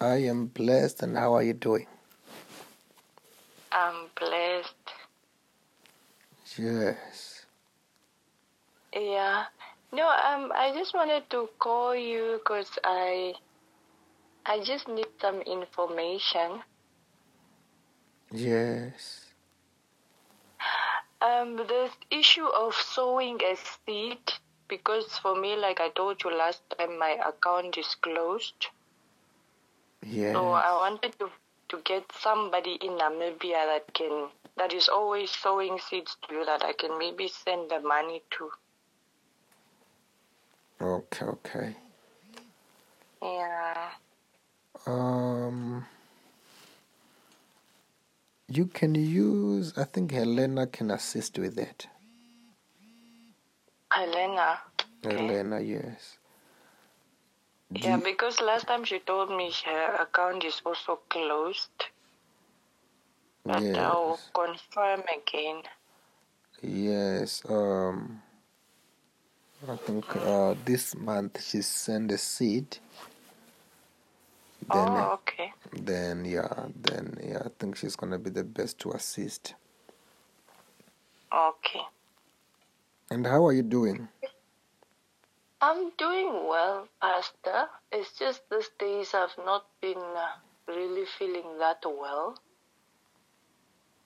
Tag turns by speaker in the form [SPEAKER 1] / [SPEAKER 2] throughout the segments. [SPEAKER 1] I am blessed, and how are you doing?
[SPEAKER 2] I'm blessed.
[SPEAKER 1] Yes.
[SPEAKER 2] Yeah. No, um, I just wanted to call you because I, I just need some information.
[SPEAKER 1] Yes.
[SPEAKER 2] Um, the issue of sowing a seed, because for me, like I told you last time, my account is closed.
[SPEAKER 1] Yes.
[SPEAKER 2] So Oh, I wanted to to get somebody in Namibia that can that is always sowing seeds to you that I can maybe send the money to.
[SPEAKER 1] Okay, okay.
[SPEAKER 2] Yeah.
[SPEAKER 1] Um, you can use, I think Helena can assist with that.
[SPEAKER 2] Helena. Okay.
[SPEAKER 1] Helena, yes. Do
[SPEAKER 2] Yeah,
[SPEAKER 1] you-
[SPEAKER 2] because last time she told me her account is also closed. But I'll
[SPEAKER 1] yes.
[SPEAKER 2] confirm again.
[SPEAKER 1] Yes. Um, I think uh, this month she sent a seed. Then,
[SPEAKER 2] oh, okay.
[SPEAKER 1] then yeah, then yeah, I think she's gonna be the best to assist.
[SPEAKER 2] Okay.
[SPEAKER 1] And how are you doing?
[SPEAKER 2] I'm doing well, Pastor. It's just these days I've not been uh, really feeling that well.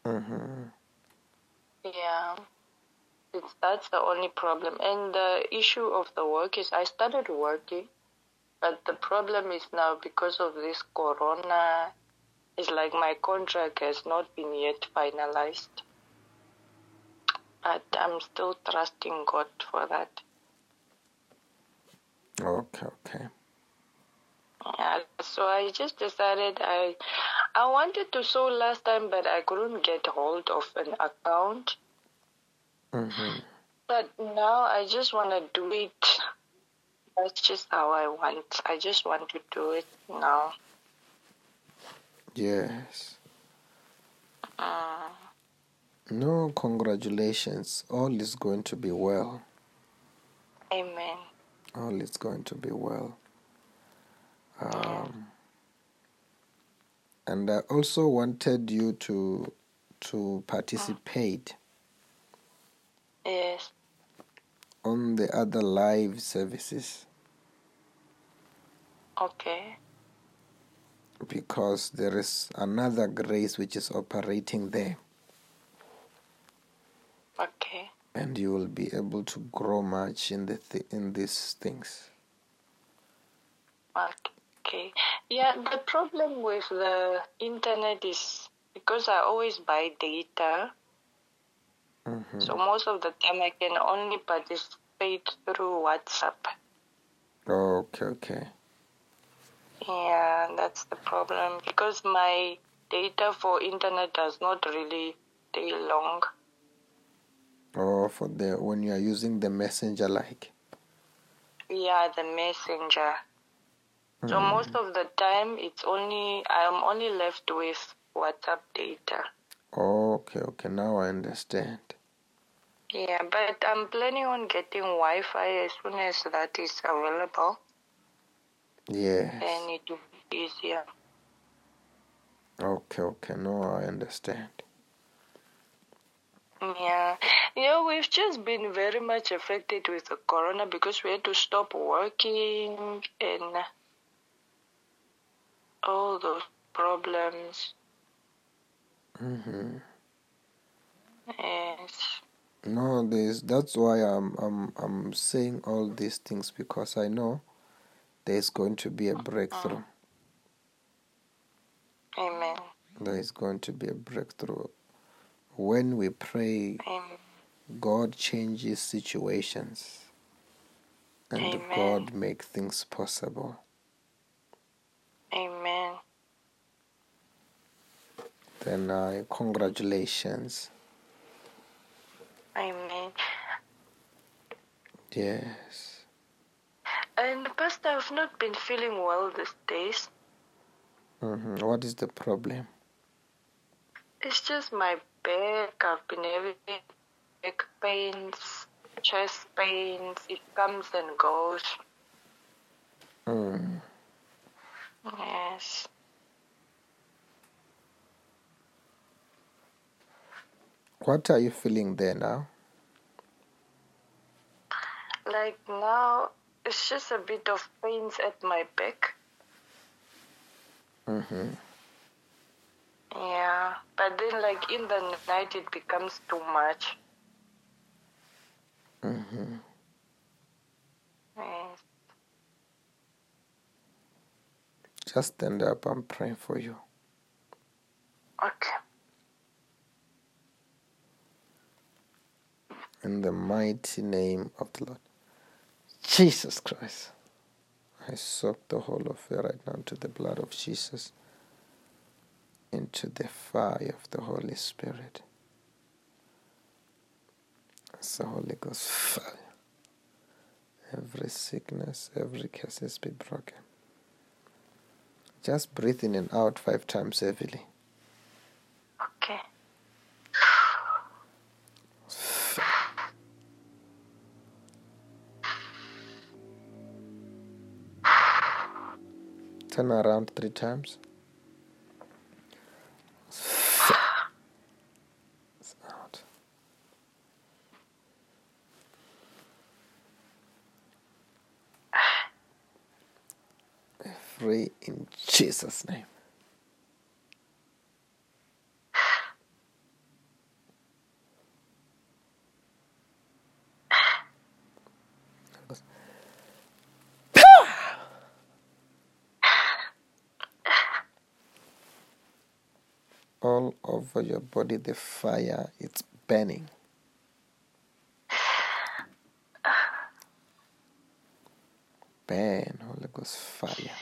[SPEAKER 1] Mm-hmm.
[SPEAKER 2] Yeah. It's, that's the only problem. And the issue of the work is I started working, but the problem is now because of this corona, it's like my contract has not been yet finalized. But I'm still trusting God for that.
[SPEAKER 1] Okay, okay.
[SPEAKER 2] Yeah, so I just decided I I wanted to sew last time, but I couldn't get hold of an account.
[SPEAKER 1] Mm-hmm.
[SPEAKER 2] But now I just want to do it. That's just how I want. I just want to do it now.
[SPEAKER 1] Yes.
[SPEAKER 2] Mm.
[SPEAKER 1] No, congratulations. All is going to be well.
[SPEAKER 2] Amen.
[SPEAKER 1] All is going to be well. Um, and I also wanted you to to participate
[SPEAKER 2] Yes.
[SPEAKER 1] on the other live services
[SPEAKER 2] Okay.
[SPEAKER 1] because there is another grace which is operating there,
[SPEAKER 2] Okay.
[SPEAKER 1] and you will be able to grow much in the th- in these things.
[SPEAKER 2] Okay. Yeah, the problem with the internet is because I always buy data,
[SPEAKER 1] hmm
[SPEAKER 2] so most of the time I can only participate through WhatsApp.
[SPEAKER 1] Okay, okay.
[SPEAKER 2] Yeah, that's the problem because my data for internet does not really stay long.
[SPEAKER 1] Or Oh, for the when you are using the messenger like.
[SPEAKER 2] Yeah, the messenger.
[SPEAKER 1] Hmm.
[SPEAKER 2] So most of the time, it's only I'm only left with WhatsApp data.
[SPEAKER 1] Okay, okay, now I understand.
[SPEAKER 2] Yeah, but I'm planning on getting Wi-Fi as soon as that is available,
[SPEAKER 1] Yes.
[SPEAKER 2] and it will be easier.
[SPEAKER 1] Okay, okay, now I understand.
[SPEAKER 2] Yeah, you know, we've just been very much affected with the corona because we had to stop working and all those problems.
[SPEAKER 1] hmm
[SPEAKER 2] Yes.
[SPEAKER 1] No, there's that's why I'm I'm I'm saying all these things because I know there's going to be a breakthrough.
[SPEAKER 2] Amen.
[SPEAKER 1] There is going to be a breakthrough. When we pray,
[SPEAKER 2] Amen.
[SPEAKER 1] God changes situations and
[SPEAKER 2] Amen.
[SPEAKER 1] God makes things possible.
[SPEAKER 2] Amen.
[SPEAKER 1] Then uh, congratulations.
[SPEAKER 2] Amen.
[SPEAKER 1] Yes.
[SPEAKER 2] And Pastor, I've not been feeling well these days.
[SPEAKER 1] Mhm. What is the problem?
[SPEAKER 2] It's just my back. I've been having back pains, chest pains. It comes and goes.
[SPEAKER 1] Mm.
[SPEAKER 2] Yes.
[SPEAKER 1] What are you feeling there now?
[SPEAKER 2] Like now, it's just a bit of pains at my back.
[SPEAKER 1] Mm-hmm.
[SPEAKER 2] Yeah, but then like in the night it becomes too much.
[SPEAKER 1] Mm-hmm.
[SPEAKER 2] Yes.
[SPEAKER 1] Just stand up. I'm praying for you.
[SPEAKER 2] Okay.
[SPEAKER 1] In the mighty name of the Lord. Jesus Christ. I soak the whole of you right now into the blood of Jesus, into the fire of the Holy Spirit. As the Holy Ghost fire. Every sickness, every curse be broken. Just breathe in and out five times heavily.
[SPEAKER 2] Okay.
[SPEAKER 1] Turn around three times. It's out. Free in Jesus' name. all over your body the fire it's burning burn holy ghost fire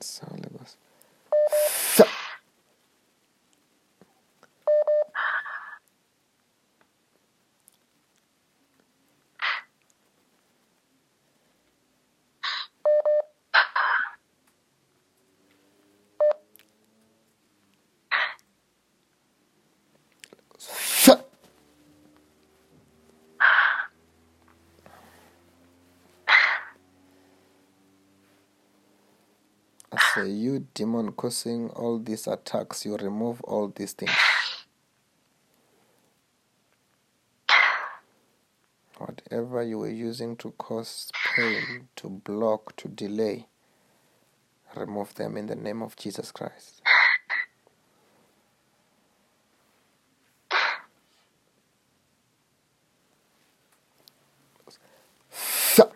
[SPEAKER 1] So, Holy Ghost. Fi- fi- I say, you demon causing all these attacks, you remove all these things. Whatever you were using to cause pain, to block, to delay, remove them in the name of Jesus Christ. Sa-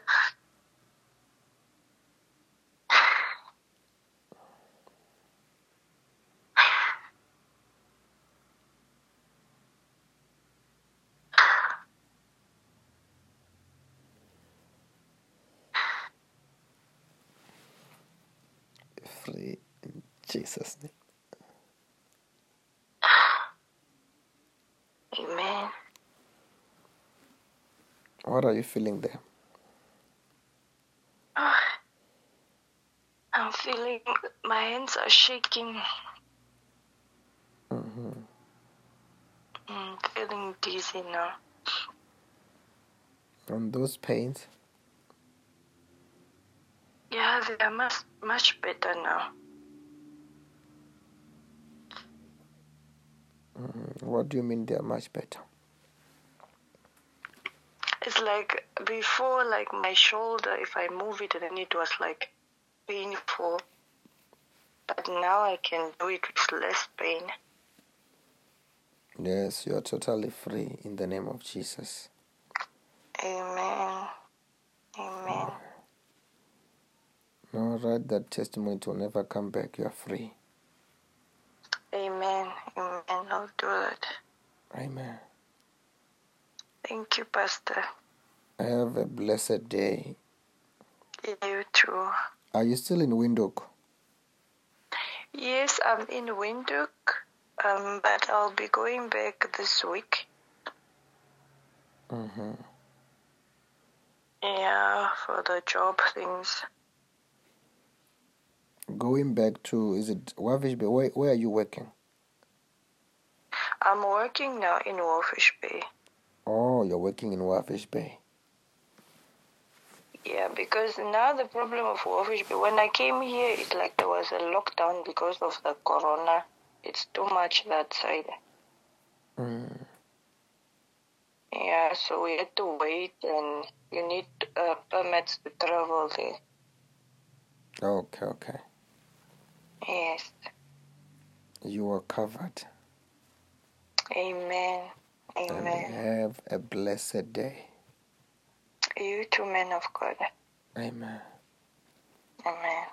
[SPEAKER 1] Free in Jesus' name.
[SPEAKER 2] Amen.
[SPEAKER 1] What are you feeling there?
[SPEAKER 2] I'm feeling my hands are shaking.
[SPEAKER 1] hmm
[SPEAKER 2] I'm Mm, feeling dizzy now.
[SPEAKER 1] On those pains,
[SPEAKER 2] Yeah, they are much much better now.
[SPEAKER 1] Mhm. what do you mean they are much better?
[SPEAKER 2] It's like before, like my shoulder, if I move it, then it was like painful. But now I can do it with less pain.
[SPEAKER 1] Yes, you are totally free in the name of Jesus.
[SPEAKER 2] Amen. Amen.
[SPEAKER 1] No, write that testimony, it will never come back. You are free.
[SPEAKER 2] Amen. Amen. I'll do it.
[SPEAKER 1] Amen.
[SPEAKER 2] Thank you, Pastor.
[SPEAKER 1] Have a blessed day.
[SPEAKER 2] You too.
[SPEAKER 1] Are you still in Windhoek?
[SPEAKER 2] Yes, I'm in Windhoek, um, but I'll be going back this week.
[SPEAKER 1] Mm-hmm.
[SPEAKER 2] Yeah, for the job things.
[SPEAKER 1] Going back to, is it Wavish Bay? Where, where are you working?
[SPEAKER 2] I'm working now in Wolfish Bay.
[SPEAKER 1] Oh, you're working in Wavish Bay.
[SPEAKER 2] Yeah, because now the problem of Wafishbe, when I came here, it's like there was a lockdown because of the corona. It's too much that side.
[SPEAKER 1] Mm.
[SPEAKER 2] Yeah, so we had to wait and you need uh, permits to travel there.
[SPEAKER 1] Okay, okay.
[SPEAKER 2] Yes.
[SPEAKER 1] You are covered.
[SPEAKER 2] Amen.
[SPEAKER 1] And
[SPEAKER 2] Amen.
[SPEAKER 1] have a blessed day.
[SPEAKER 2] You too, men of God.
[SPEAKER 1] Amen.
[SPEAKER 2] Amen.